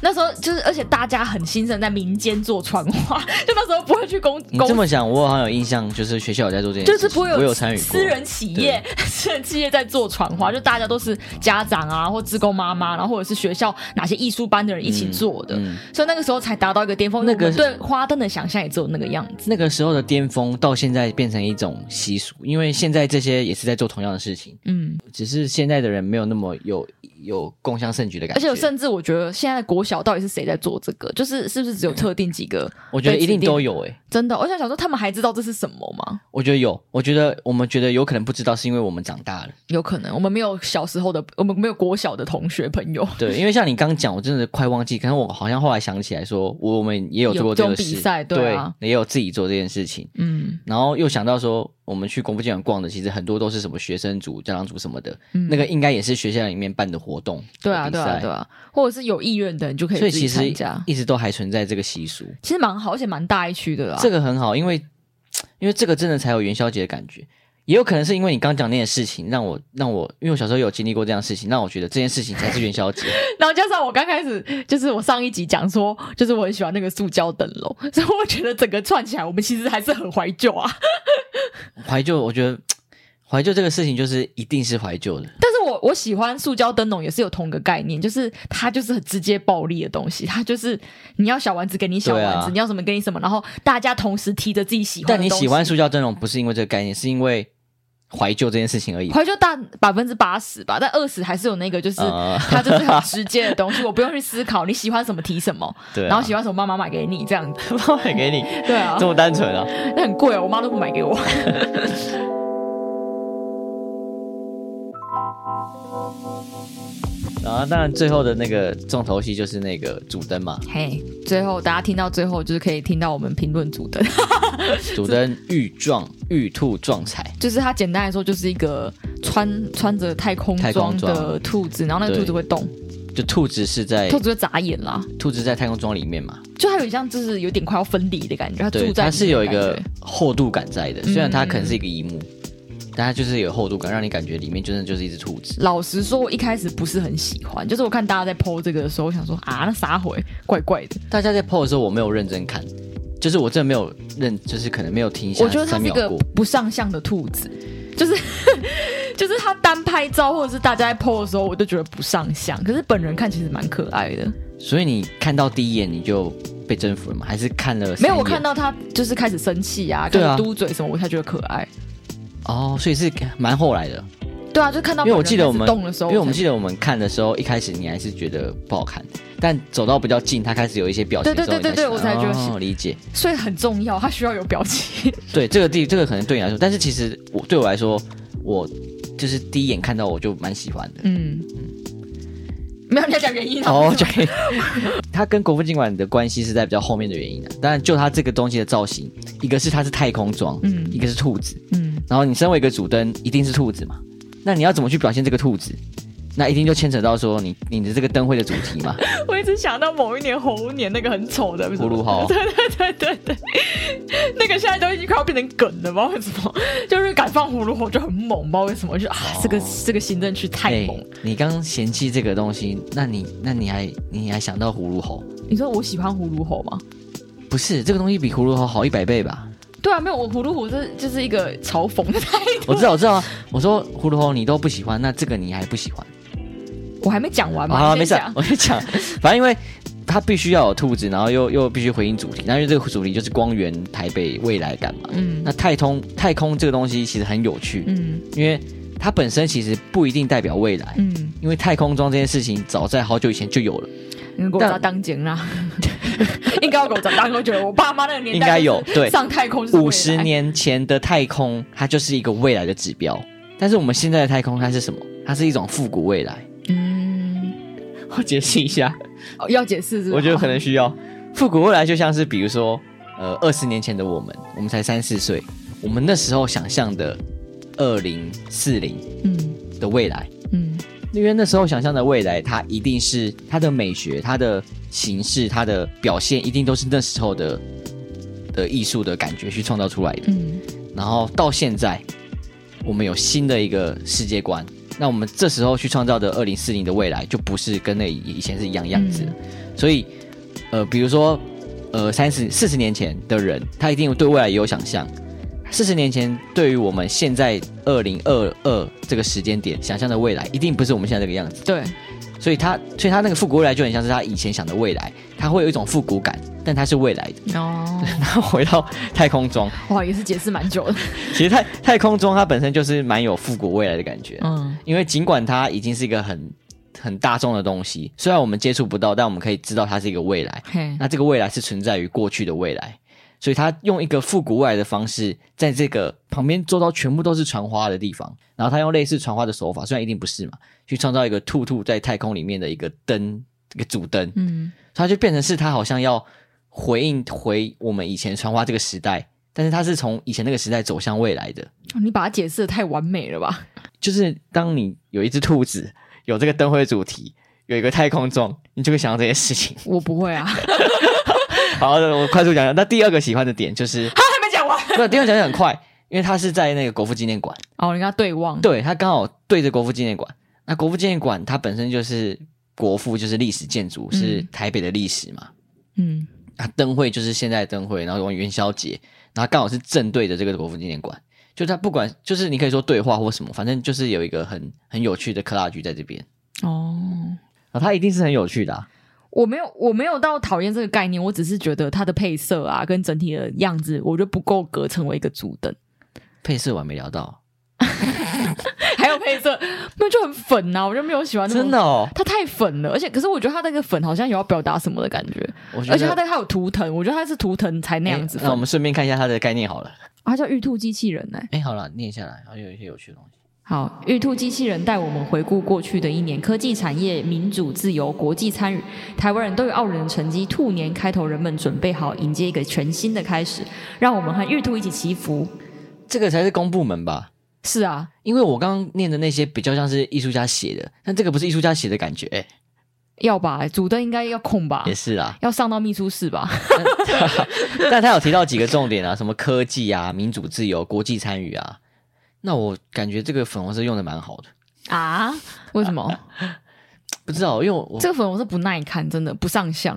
那时候就是，而且大家很兴盛，在民间做传花， 就那时候不会去公
你
公
这么想，我好像有印象，就是学校有在做这件事
就
情，
是不会
我有
有
参与过
私。人企业、 私人企业在做传花，就大家都是家长啊，或志工妈妈，然后或者是学校哪些艺术班的人一起做的，
嗯
所以那个时候才达到一个巅峰。
那个
我们对花灯的想象也只有那个样子。
那个时候的巅峰到现在变成一种习俗，因为现在这些也是在做同样的事情，
嗯，
只是现在的人没有那么有有共襄盛举的感
而
觉。
且甚至我觉得现在的国小到底是谁在做这个？就是是不是只有特定几个？
嗯我觉得一定都
有，
有诶、
真的。我想想说，他们还知道这是什么吗？
我觉得有，我觉得我们觉得有可能不知道，是因为我们长大了。
有可能我们没有小时候的，我们没有国小的同学朋友
对，因为像你刚讲，我真的快忘记，可是我好像后来想起来说，我们也有做过这
有
个
这种
事，
比赛对啊
也有自己做这件事情。
嗯，
然后又想到说，我们去国部纪馆逛的，其实很多都是什么学生组、家长组什么的，那个应该也是学校里面办的活动，
嗯对啊，
比
对
赛
啊，对啊，或者是有意愿的人就可
所
以
以
自
其
己
实
参加。
一直都还存在这个习俗，
其实蛮好，而且蛮大一区的啦。
这个很好，因为因为这个真的才有元宵节的感觉。也有可能是因为你刚讲那件事情，让我让我，因为我小时候有经历过这样的事情，让我觉得这件事情才是元宵 节。
然后加上我刚开始就是我上一集讲说，就是我很喜欢那个塑胶灯笼， 所以我觉得整个串起来，我们其实还是很怀旧啊。
怀旧，我觉得怀旧这个事情就是一定是怀旧的，
但是我我喜欢塑胶灯笼也是有同个概念，就是它就是很直接暴力的东西，它就是你要小丸子给你小
对啊
丸子，你要什么给你什么，然后大家同时提着自己喜欢的
但
东
你
西。
喜欢塑胶灯笼不是因为这个概念，是因为怀旧这件事 情而已。
怀旧大百分之八十吧，但二十还是有那个，就是、
呃
它就是很直接的东西，我不用去思考你喜欢什么提什么，
对啊，
然后喜欢什么妈妈买给你这样子。
妈妈给你
对啊，
这么单纯啊？
那很贵哦，我妈都不买给我。
然后当然最后的啊那个重头戏就是那个主 灯嘛，
嘿，最后大家听到最后就是可以听到我们评论组的，
主灯遇撞玉兔撞彩，
就是它简单来说就是一个穿穿着太空
太
装
空装
的兔子，然后那个
对哎
兔子会动，
就兔子是在
兔子会眨眼啦，
兔子在太空装里面嘛，
就它有像就是有点快要分离的感觉，它
对，
住在
它
里
是
面
有
的
一个
感觉嗯
厚度感在的，虽然它可能是一个一幕，但它就是有厚度感，让你感觉里面真的就是一只兔子。
老实说，我一开始不是很喜欢，就是我看大家在 PO 这个的时候，我想说啊，那啥回怪怪的。
大家在 PO 的时候，我没有认真看，就是我真的没有认，就是可能没有停下
我觉得它
三
是一
秒
个
过。
不上相的兔子， 就是就是它单拍照或者是大家在 PO 的时候，我都觉得不上相。可是本人看其实蛮可爱的，
所以你看到第一眼你就被征服了吗？还是看了
没有
三
我
眼
看到它就是开始生气啊，开
对啊
始嘟嘴什么，我才觉得可爱。
哦，所以是蛮后来的，
对啊，就看到
因为我
本人
记得我
开
们
始动的时候，
因为我们
才
记得我们看的时候，一开始你还是觉得不好看，但走到比较近，它开始有一些表情的
对
时候，
对对对对
你
我才觉得
哦
是
理解。
所以很重要，它需要有表情。
对这个地，这个可能对你来说，但是其实我对我来说，我就是第一眼看到我就蛮喜欢的。
嗯，没有你要讲原因啊
哦
不是吗
，OK，它 跟国父纪念馆的关系是在比较后面的原因的、啊当然，就它这个东西的造型，一个是它是太空装，
嗯
一个是兔子，
嗯，
然后你身为一个主灯，一定是兔子嘛？那你要怎么去表现这个兔子？那一定就牵扯到说你你的这个灯会的主题嘛，
我一直想到某一年猴年那个很丑的
葫芦猴
对对对对对， 那个现在都已经快要变成梗了，不知道为什么，就是敢放葫芦猴就很猛，不知道为什么，就啊，这个这个行政区 太猛。
哎你刚嫌弃这个东西，那你那你还你还想到葫芦猴？
你说我喜欢葫芦猴吗？
不是，这个东西比葫芦猴好一百倍吧？
对啊，没有，我葫芦猴这就是一个嘲讽的态 度。
我知道，我知道啊。我说葫芦猴你都不喜欢，那这个你还不喜欢？
我还没讲完嘛，
好、啊，
你
没
先
事
讲，。
我就讲，反正因为它必须要有兔子，然后又又必须回应主题，那因为这个主题就是光源台北未来感嘛。
嗯
那太空太空这个东西其实很有趣，
嗯
因为它本身其实不一定代表未来，
嗯，
因为太空装这件事情早在好久以前就有了，
你给我
但
砸当警啦！应该要给我砸当警，我觉得我爸妈那个年代
应该
就是
有对
上太空就是未来
五十，年前的太空它就是一个未来的指标，但是我们现在的太空它是什么？它是一种复古未来。
嗯，
我解释一下，
哦要解释是吧？
我觉得可能需要复古未来，就像是比如说，呃，二十年前的我们，我们才三四岁，我们那时候想象的二零四零
嗯
的未来，
嗯
因为那时候想象的未来，它一定是它的美学、它的形式、它的表现，一定都是那时候的的艺术的感觉去创造出来的。
嗯
然后到现在，我们有新的一个世界观，那我们这时候去创造的二零四零的未来，就不是跟那以以前是一样样子的。所以，呃，比如说，呃，三十四十年前的人，他一定对未来也有想象。四十年前，对于我们现在二零二二这个时间点想象的未来，一定不是我们现在这个样子。
对，
所以他，所以他那个复古未来就很像是他以前想的未来，他会有一种复古感，但它是未来的。
哦，
然后回到太空中，
哇，也是解释蛮久的，
其实太太空中它本身就是蛮有复古未来的感觉，
嗯
因为尽管它已经是一个很很大众的东西，虽然我们接触不到，但我们可以知道它是一个未来。
嘿，
那这个未来是存在于过去的未来，所以它用一个复古未来的方式，在这个旁边周遭全部都是船花的地方，然后它用类似船花的手法，虽然一定不是嘛，去创造一个兔兔在太空里面的一个灯，一个主灯，
嗯
它就变成是它好像要回应回我们以前传花这个时代，但是它是从以前那个时代走向未来的。
哦你把它解释的太完美了吧？
就是当你有一只兔子，有这个灯会主题，有一个太空装，你就会想到这些事情。
我不 会啊，还
好，我快速讲讲。那第二个喜欢的点就是，
没讲完。
那第二个讲讲很快，因为它是在那个国父纪念馆，
哦，你跟他对望，
对，它刚好对着国父纪念馆。那国父纪念馆它本身就是国父，就是历史建筑，是台北的历史嘛。
嗯
啊，灯会就是现在的灯会，然后有元宵节，然后刚好是正对着这个国父纪念馆，就它不管就是你可以说对话或什么，反正就是有一个很很有趣的克拉剧在这边
哦，
啊，它一定是很有趣的、啊。
我没有，我没有到讨厌这个概念，我只是觉得它的配色啊，跟整体的样子，我觉得不够格成为一个主灯。
配色我还没聊到，
还有配色， 那就很粉啊呐、我就没有喜欢那种
真的哦，
它太粉了，而且可是我觉得它那个粉好像有要表达什么的感觉，
我觉得
而且它那个它有图腾，我觉得它是图腾才那样子
哎嗯
粉。
那我们顺便看一下它的概念好了。
啊它叫玉兔机器人呢、
哎，好了，念下来，好像有一些有趣的东西。
好，玉兔机器人带我们回顾过去的一年，科技产业民主、自由、国际参与，台湾人都有傲人的成绩。兔年开头，人们准备好迎接一个全新的开始，让我们和玉兔一起祈福。
这个才是公部门吧？
是啊，
因为我刚刚念的那些比较像是艺术家写的，但这个不是艺术家写的感觉，哎，
要吧，主灯应该要空吧
也，是啦。
要上到秘书室吧。
但他有提到几个重点啊，什么科技啊、民主自由、国际参与啊。那我感觉这个粉红色用的蛮好的，
啊？为什么？
不知道，因为我
这个粉红色不耐看，真的不上相。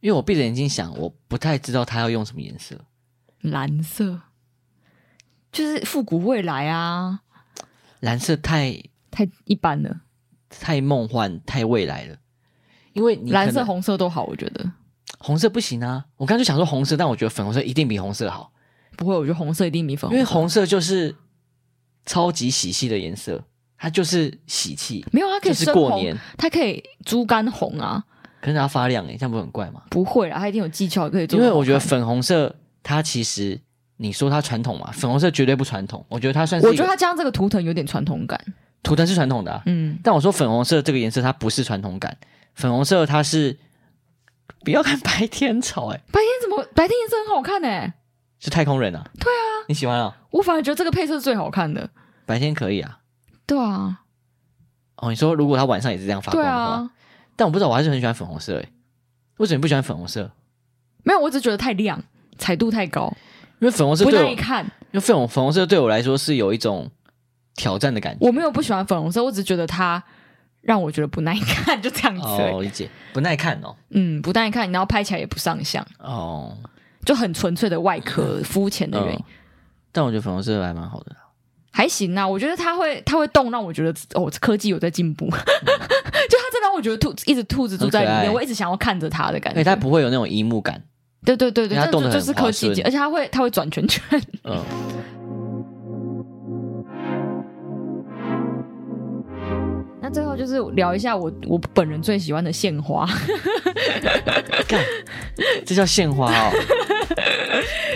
因为我闭着眼睛想，我不太知道他要用什么颜色。
蓝色，就是复古未来啊，
蓝色太
太一般了。
太梦幻、太未来了，因为你可能
蓝色、红色都好，我觉得
红色不行啊。我刚刚就想说红色，但我觉得粉红色一定比红色好，
不会，我觉得红色一定比粉
因
红
为红色就是超级喜气的颜色，它就是喜气，
没有，它啊可以
就是
深
过
红
年，，
它可以猪肝红啊，
可是它发亮诶、欸这样不是很怪吗？
不会啊，它一定有技巧可以做
因
好看。
为我觉得粉红色它其实你说它传统嘛，粉红色绝对不传统，我觉得它算是
我
一
觉得
个
它加上这个图腾有点传统感，
图腾是传统的、啊，
嗯，
但我说粉红色这个颜色它不是传统感，粉红色它是不要看白天草、欸，哎，
白天怎么白天颜色很好看呢、
是太空人啊，对啊，你喜欢啊？
我反而觉得这个配色是最好看的。
白天可以啊，
对啊，
哦，你说如果它晚上也是这样发
对
光的话，
啊，
但我不知道，我还是很喜欢粉红色、欸，哎，为什么你不喜欢粉红色？
没有，我只是觉得太亮，彩度太高，
因为粉红色
不
对我，
耐
因
看。
为粉红粉红色对我来说是有一种挑战的感觉，
我没有不喜欢粉红色，我只是觉得它让我觉得不耐看，就这样子而已。
哦，理解，不耐看哦，
嗯，不耐看，然后拍起来也不上相，
哦，
就很纯粹的外壳肤浅的原因。
嗯，但我觉得粉红色还蛮好的。
还行啊，我觉得它会它会动，让我觉得哦，科技有在进步。就 它真的让我觉得兔一直兔子住在
很
里
可爱
面，我一直想要看着它的感
因
觉。
为哎它不会有那种一幕感。
对对对对，
因为它动
这
得
就
很
就是科技
滑
界，
顺
而且它会它会转圈 圈。
嗯，
那最后就是聊一下我我本人最喜欢的献花，
这叫献花 哦，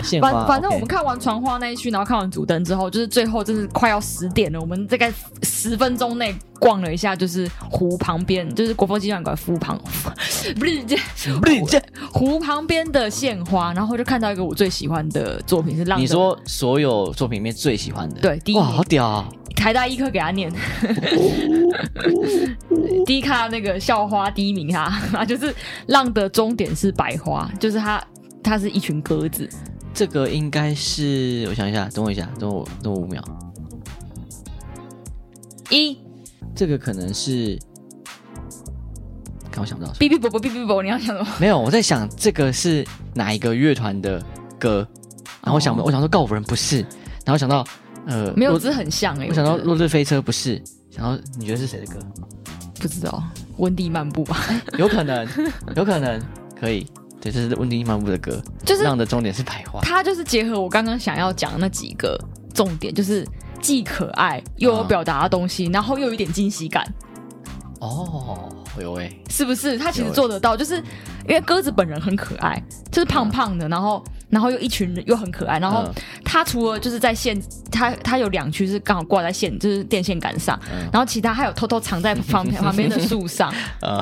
献花。
反反正
OK
我们看完传花那一区，然后看完主灯之后，就是最后真是快要十点了，我们大概十分钟内逛了一下，就是湖旁边，就是国风纪念馆湖旁，不是 这
不是这，
湖旁边的献花，然后就看到一个我最喜欢的作品是浪。
你说所有作品里面最喜欢的，
对第一
哇，
名
好哦屌啊！
台大医科给他念， 第一看到那个校花第一名他， 他就是浪的终点是百花，就是他。它是一群鸽子，
这个应该是，我想一下，等我一下，等我等我五秒。
一
这个可能是，看我想不到什么，
哔哔啵啵哔哔啵，你要想 什么？
没有，我在想这个是哪一个乐团的歌，然后我想不，
哦
我想说告五人不是，然后想到呃，
没有，
落
只是很像哎、欸。
我想到
觉得
落日飞车不是，想到你觉得是谁的 歌？
不知道温蒂漫步吧，
有可能，有可能可以。对，这是温迪漫步的歌，
就是
浪的终点是百花。
它就是结合我刚刚想要讲的那几个重点，就是既可爱又有表达的东西，然后又有一点惊喜感，
哦，有哎、
是不是？它其实
有欸
做得到，就是因为鸽子本人很可爱，就是胖胖的，然后然后又一群人又很可爱，然后
嗯
它除了就是在线，它它有两区是刚好挂在线，就是电线杆上，
嗯
然后其他还有偷偷藏在旁 旁边的树上，
呃，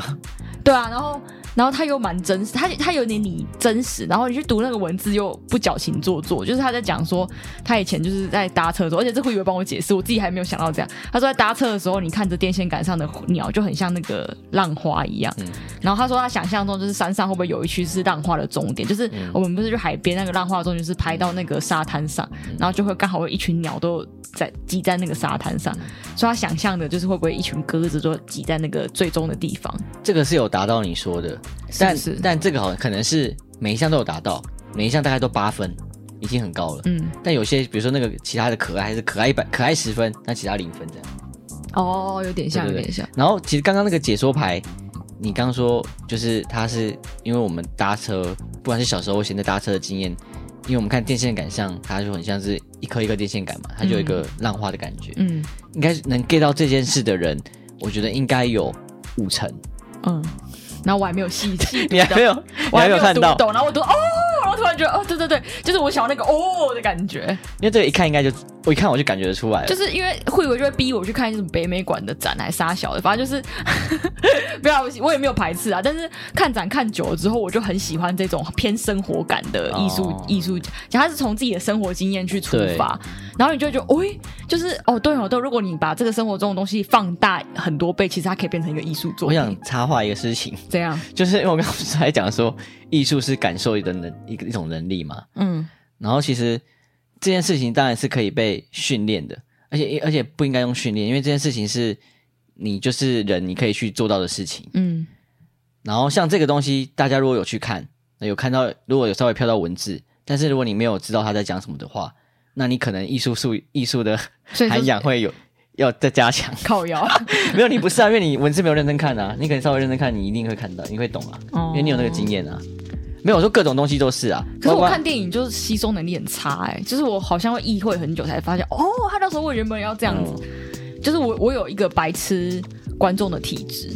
对啊，然后然后他又蛮真实，他他有点你真实，然后你去读那个文字又不矫情做作，就是他在讲说他以前就是在搭车的时候，而且这会有帮我解释，我自己还没有想到这样。他说在搭车的时候，你看着电线杆上的鸟就很像那个浪花一样，
嗯
然后他说他想象中就是山上会不会有一区是浪花的终点，就是我们不是去海边那个浪花的终点是拍到那个沙滩上，然后就会刚好有一群鸟都在挤在那个沙滩上，所以他想象的就是会不会一群鸽子都挤在那个最终的地方。
这个是有达到你说的，
是
但
不是
但这个好像可能是每一项都有达到，每一项大概都八分，已经很高了。
嗯，
但有些，比如说那个其他的可爱，还是可爱一百，可爱十分，那其他零分这样。
哦，有点像，
对
有
对对
点像，
然后其实刚刚那个解说牌，你刚说就是它是因为我们搭车，不管是小时候现在搭车的经验，因为我们看电线杆上，它就很像是一颗一颗电线杆嘛，它就有一个浪花的感觉。
嗯
应该是能 get 到这件事的人，我觉得应该有五 成。
嗯。然后我还没有细细读
你还没有，
我
你还
还
没
没
有看
读
到，
懂，然后我读哦，然后突然觉得哦，对对对，就是我想要那个哦的感觉，
因为这个一看应该就，我一看我就感觉得出来了。
就是因为慧文就会逼我去看一些什么北美馆的展，还沙小的，反正就是 不要，我也没有排斥啊。但是看展看久了之后，我就很喜欢这种偏生活感的艺术
哦
艺术家，他是从自己的生活经验去出发，然后你就会觉得，哎，就是哦，对哦对，如果你把这个生活中的东西放大很多倍，其实它可以变成一个艺术作
我
品。
想插话一个事情，
这样，
就是因为我刚刚不是还讲说，艺术是感受的能一个一种能力嘛。
嗯
然后其实这件事情当然是可以被训练的，而且而且不应该用训练，因为这件事情是你就是人，你可以去做到的事情。
嗯
然后像这个东西，大家如果有去看，那有看到如果有稍微飘到文字，但是如果你没有知道他在讲什么的话，那你可能艺术素艺术的
所以就是
涵养会有要再加强。
靠腰，
没有你不是啊，因为你文字没有认真看啊，你可能稍微认真看，你一定会看到，你会懂啊，
哦
因为你有那个经验啊。没有，我说各种东西都是啊，
可是
包
我
括
看电影就是吸收能力很差哎、就是我好像会意会很久才发现，哦，他那时候我原本要这样子，
嗯
就是我我有一个白痴观众的体质，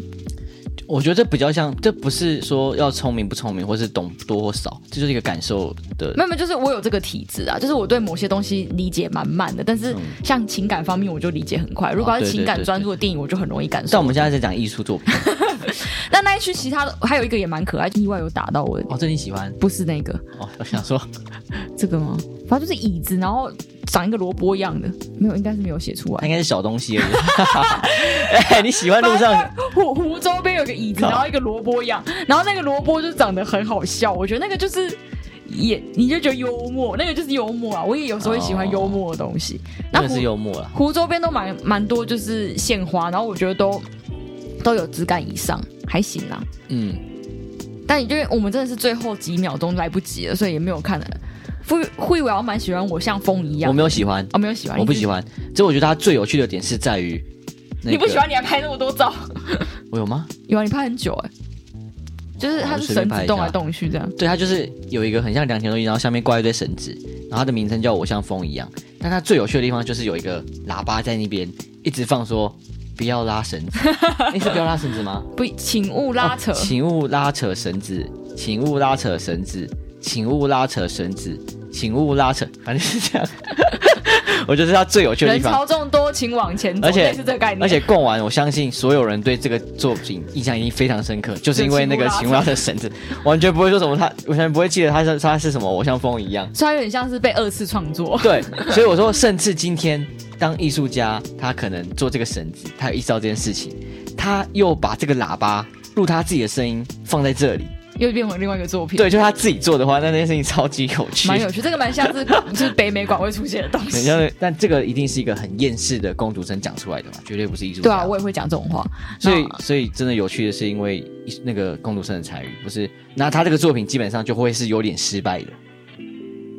我觉得这比较像，这不是说要聪明不聪明，或是懂多或少，这就是一个感受的
没。有没有，就是我有这个体质啊，就是我对某些东西理解蛮慢的，但是像情感方面我就理解很快。如果要
嗯哦
是
对
情感
对对
专注的电影，我就很容易感
但
受。
我们现在在讲艺术 作品，
但那一区其他的还有一个也蛮可爱，意外有打到我的，
哦，这你喜欢
不是那个
哦？我想说，
这个吗？反正就是椅子，然后长一个萝卜一样的，没有，应该是没有写出
它
来。
应该是小东西而已。 哎、你喜欢路 上
湖湖周边有个椅子，
靠
然后一个萝卜一样，然后那个萝卜就长得很好笑，我觉得那个就是。也你就觉得幽默，那个就是幽默啊！我也有时候会喜欢幽默的东西。那
那个
湖
是幽默啊啦，
湖周边都蛮蛮多，就是献花，然后我觉得都都有质感以上，还行啦。
嗯，
但因为我们真的是最后几秒钟来不及了，所以也没有看了。傅会我蛮喜欢我像风一样，
我没有喜欢，
哦没有喜欢，
我不
你只
喜欢。这我觉得它最有趣的点是在于、那个，
你不喜欢你还拍那么多 照，
我有吗？
有啊，你拍很久哎、就是它是
我随便
绳
拍
子
一
动来
下
动去这样。
对，它就是有一个很像两条东西，然后下面挂一堆绳子，然后它的名称叫我像风一样。但它最有趣的地方就是有一个喇叭在那边一直放说不要拉绳 子，你、是不要拉绳子吗？
不，请勿拉扯。
哦请勿拉扯绳子，请勿拉扯绳子，请勿拉扯绳子，请勿拉扯，反正是这样。我觉得是它最有趣的地
人
方。
潮众多，请往前走，
而且
类似这个概念。
而且逛完，我相信所有人对这个作品印象一定非常深刻，就是因为那个
请
秦
勿
蛙
拉
的绳子，完全不会说什么他，完全不会记得他是他是什么，我像风一样。
所以它有点像是被二次创作。
对，所以我说，甚至今天当艺术家，他可能做这个绳子，他有意识到这件事情，他又把这个喇叭录他自己的声音放在这里，
又变回另外一个作品。，
对，就是他自己做的话，那件事情超级有趣。
蛮有趣，这个蛮像 是就是北美馆会出现的东
很
西。
像是，但这个一定是一个很厌世的公主生讲出来的嘛，绝对不是艺术家。
对啊，我也会讲这种话。啊
所以
那，
所以真的有趣的是，因为一那个公主生的才艺，不是那他这个作品基本上就会是有点失败的，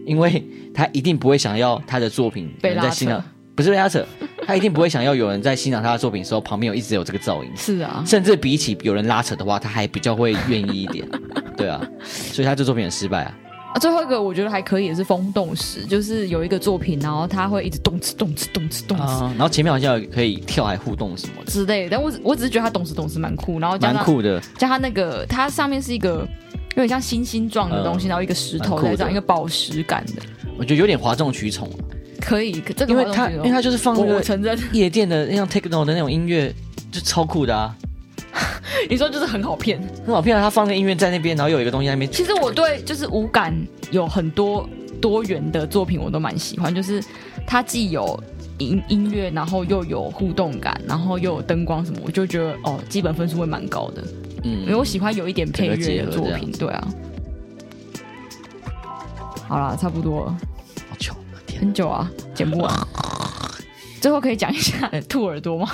因为他一定不会想要他的作品有
被
人
拉
在欣赏
扯，
不是被拉扯，他一定不会想要有人在欣赏他的作品的时候，旁边有一直有这个 噪音，
是啊，
甚至比起有人拉扯的话，他还比较会愿意一点， 对啊，所以他这作品很失败啊，
啊最后一个我觉得还可以，也是风动石，就是有一个作品，然后它会一直动次动次动次动次
啊，然后前面好像有可以跳还互动什么的，
之类的。但我只我只是觉得它动次动次蛮酷，然后加
蛮
上
酷的，
加它那个它上面是一个有点像星星状的东西，
嗯
然后一个石
蛮
头
酷的
在这样一个宝石感的，
我觉得有点哗众取宠啊，
可以。可这个哦
因为
好像
他
是
因
有
为他就是放那
我我
个
承认，
夜店的那种 techno 的那种音乐，就超酷的啊，
你说就是很好骗。
很好骗啊！他放个音乐在那边，然后有一个东西在那边，
其实我对就是无感有很多多元的作品，我都蛮喜欢，就是它既有音音乐，然后又有互动感，然后又有灯光什么，我就觉得哦，基本分数会蛮高的，因为
嗯，
我喜欢有一点配乐的作
整个结合这
品
样，
对啊。好啦，差不多了，
好巧，天
很久啊，剪 不完。最后可以讲一下 兔耳朵吗？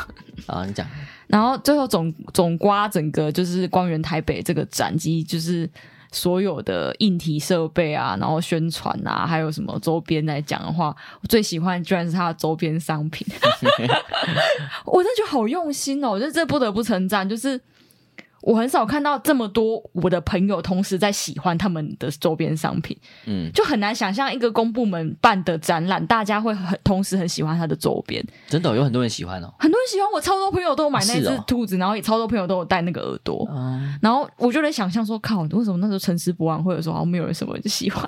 啊！你讲，
然后最后总总刮整个就是光源台北这个展及就是所有的硬体设备啊，然后宣传啊，还有什么周边来讲的话，我最喜欢居然是它的周边商品， 我真的觉得好用心哦，我觉得这不得不称赞，就是。我很少看到这么多我的朋友同时在喜欢他们的周边商品，
嗯，
就很难想象一个公部门办的展览，大家会很同时很喜欢它的周边。
真的哦、有很多人喜欢哦。
很多人喜欢我，超多朋友都有买那
是
只
哦
兔子，然后也超多朋友都有戴那个耳朵。
啊，
然后我就在想象说，靠，为什么那时候城市博览会的时候好像没有人什么人喜 欢？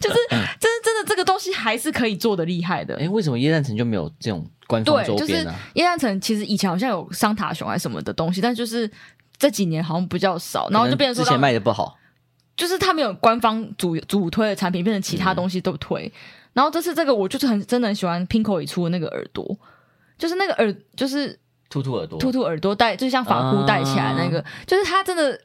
就是，真的真的这个东西还是可以做的厉害的。
嗯哎，为什么耶诞城就没有这种官方
对，
周
就是
边啊？
叶诞城其实以前好像有桑塔熊还是什么的东西，但就是这几年好像比较少，然后就变成
嗯之
说
前
到
卖的不好，
就是他们有官方主主推的产品，变成其他东西都推。
嗯
然后这次这个我就是很真的很喜欢 Pinko 里出的那个耳朵，就是那个耳就是
兔兔耳朵，
兔兔耳朵戴，就像发箍戴起来那
啊
个，就是它真的。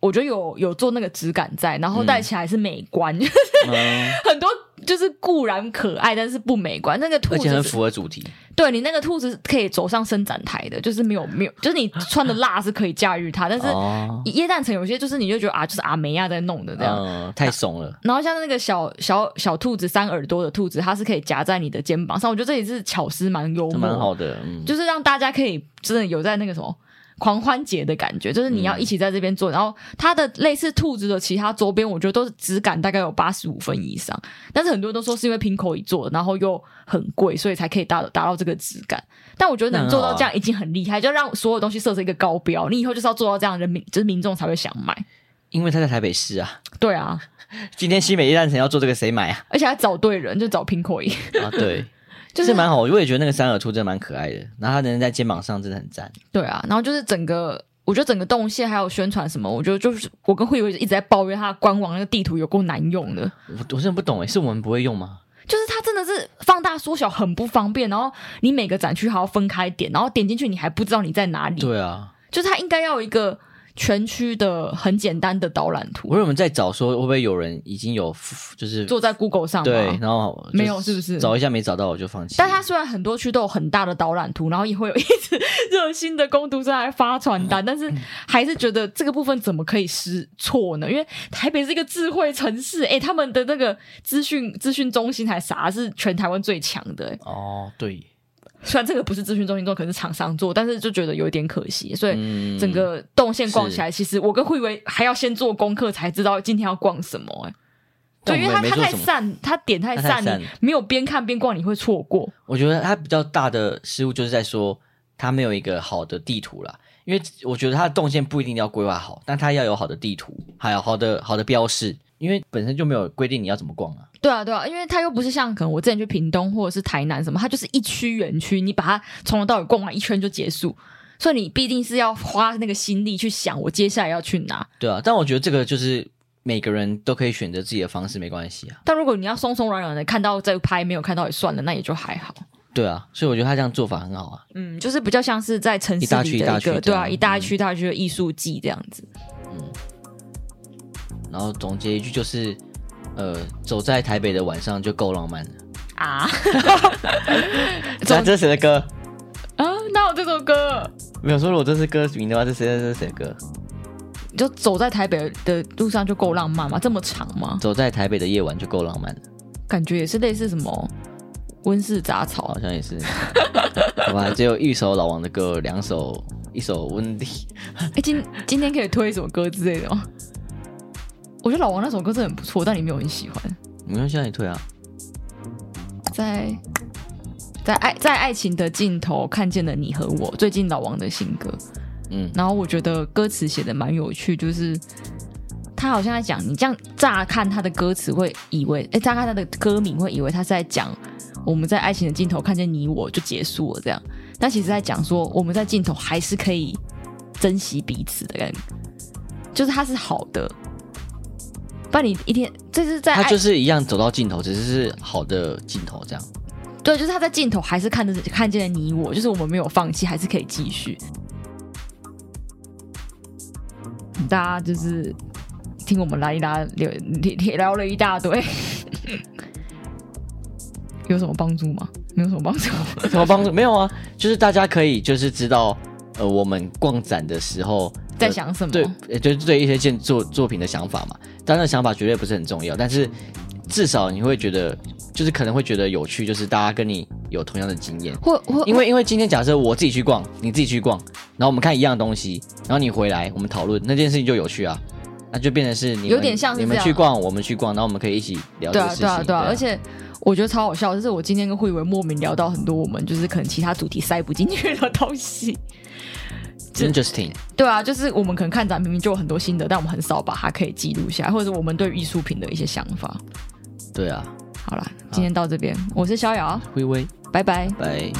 我觉得有有做那个质感在，然后戴起来是美观，
嗯
很多就是固然可爱，但是不美观。那个兔
而且
子
很
是，
符合主题。
对你那个兔子是可以走上伸展台的，就是没有没有，就是你穿的辣是可以驾驭它，但是
哦，
椰蛋城有些就是你就觉得啊，就是阿梅亚在弄的这样，
嗯，太怂了。
然后像那个小小小兔子三耳朵的兔子，它是可以夹在你的肩膀上，我觉得这也是巧思蛮幽
这
默，
蛮好的，嗯，
就是让大家可以真的有在那个什么。狂欢节的感觉，就是你要一起在这边做，然后它的类似兔子的其他周边，我觉得都是质感大概有八十五分以上，但是很多人都说是因为瓶口一做，然后又很贵，所以才可以达达到这个质感。但我觉得能做到这样已经很厉害，就让所有东西设置一个高标，你以后就是要做到这样，人民就是民众才会想买。
因为他在台北市啊。
对啊，
今天西美夜诞城要做这个，谁买啊？
而且还找对人，就找瓶口一，
啊，对，
就是
蛮好，我也觉得那个三耳兔真的蛮可爱的，然后它能在肩膀上真的很赞。
对啊，然后就是整个，我觉得整个动线还有宣传什么，我觉得就是我跟慧友一直在抱怨他的官网那个地图有够难用的，
我我真的不懂哎，是我们不会用吗？
就是它真的是放大缩小很不方便，然后你每个展区还要分开点，然后点进去你还不知道你在哪里，
对啊，
就是它应该要有一个全区的很简单的导览图，
我原本在找说会不会有人已经有就是
做在 Google 上
对，
嘛。
然后就
没有是不是
找一下没找到我就放弃。
但它虽然很多区都有很大的导览图，然后也会有 一直热心的工读生来发传单，但是还是觉得这个部分怎么可以失错呢？因为台北是一个智慧城市，哎、他们的那个资讯资讯中心还啥是全台湾最强的、诶
哦，对，
虽然这个不是资讯中心做，可能是厂商做，但是就觉得有点可惜，所以。
嗯
整个动线逛起来，其实我跟慧薇还要先做功课，才知道今天要逛什么、诶
但
对，因为
我
它
们
它
也没
太
做什么。
散，它点太
它太
散，
散
你没有边看边逛，你会错过。
我觉得它比较大的失误就是在说它没有一个好的地图啦，因为我觉得它的动线不一定要规划好，但它要有好的地图，还有好的好的标示，因为本身就没有规定你要怎么逛啊。
对啊，对啊，因为它又不是像可能我之前去屏东或者是台南什么，它就是一区园区，你把它从头到尾逛完一圈就结束，所以你必定是要花那个心力去想我接下来要去哪。
对啊，但我觉得这个就是每个人都可以选择自己的方式，没关系啊。
但如果你要松松软软的看到再拍，没有看到也算了，那也就还好。
对啊，所以我觉得他这样做法很好啊。
嗯，就是比较像是在城市
一大区
里
一
的
大
一
区
个
这
对
样嗯
啊，一大区一大区的艺术季这样子。
然后总结一句就是，呃，走在台北的晚上就够浪漫了。
啊总
那这是谁的 歌？
啊！那我这首歌
没有说如果这是歌名的话，这谁这是谁的歌？
你就走在台北的路上就够浪漫吗？这么长吗？
走在台北的夜晚就够浪漫了，
感觉也是类似什么温室杂草啊
好像也 是。好吧，只有一首老王的歌，两首，一首温蒂。
哎、今今天可以推什么歌之类的吗？我觉得老王那首歌真的很不错，但你没有很喜欢。
没关系，让你退啊。
在在爱在爱情的尽头看见了你和我，最近老王的新歌，
嗯，
然后我觉得歌词写的蛮有趣，就是他好像在讲，你这样乍看他的歌词会以为，哎、乍看他的歌名会以为他是在讲我们在爱情的尽头看见你我就结束了这样，但其实在讲说我们在尽头还是可以珍惜彼此的感觉，就是他是好的。不然你一天，这是在
他
爱，
就是一样走到尽头，只是是好的尽头这样。
对，就是他在尽头还是看着看见了你我，就是我们没有放弃，还是可以继续。大家就是听我们拉一拉聊聊聊了一大堆，有什么帮助吗？没有什么帮助。
什么 帮助？没有啊，就是大家可以就是知道，呃，我们逛展的时候
在想什么
对，呃就是对一些建作作品的想法嘛。当然想法绝对不是很重要，但是至少你会觉得，就是可能会觉得有趣，就是大家跟你有同样的经验。
或或
因为因为今天假设我自己去逛，你自己去逛，然后我们看一样东西，然后你回来我们讨论那件事情就有趣啊，那就变成是你们
有点像是
你们
这样
去逛，我们去逛，然后我们可以一起聊
对
这个
啊
事情。
对啊对啊，而且。我觉得超好笑，就是我今天跟慧文莫名聊到很多我们就是可能其他主题塞不进去的东西。
interesting，
对啊，就是我们可能看展明明就有很多心得，但我们很少把它可以记录下来，或者是我们对艺术品的一些想法。
对啊，
好啦，今天到这边，我是逍遥，
微微，
拜拜。
拜。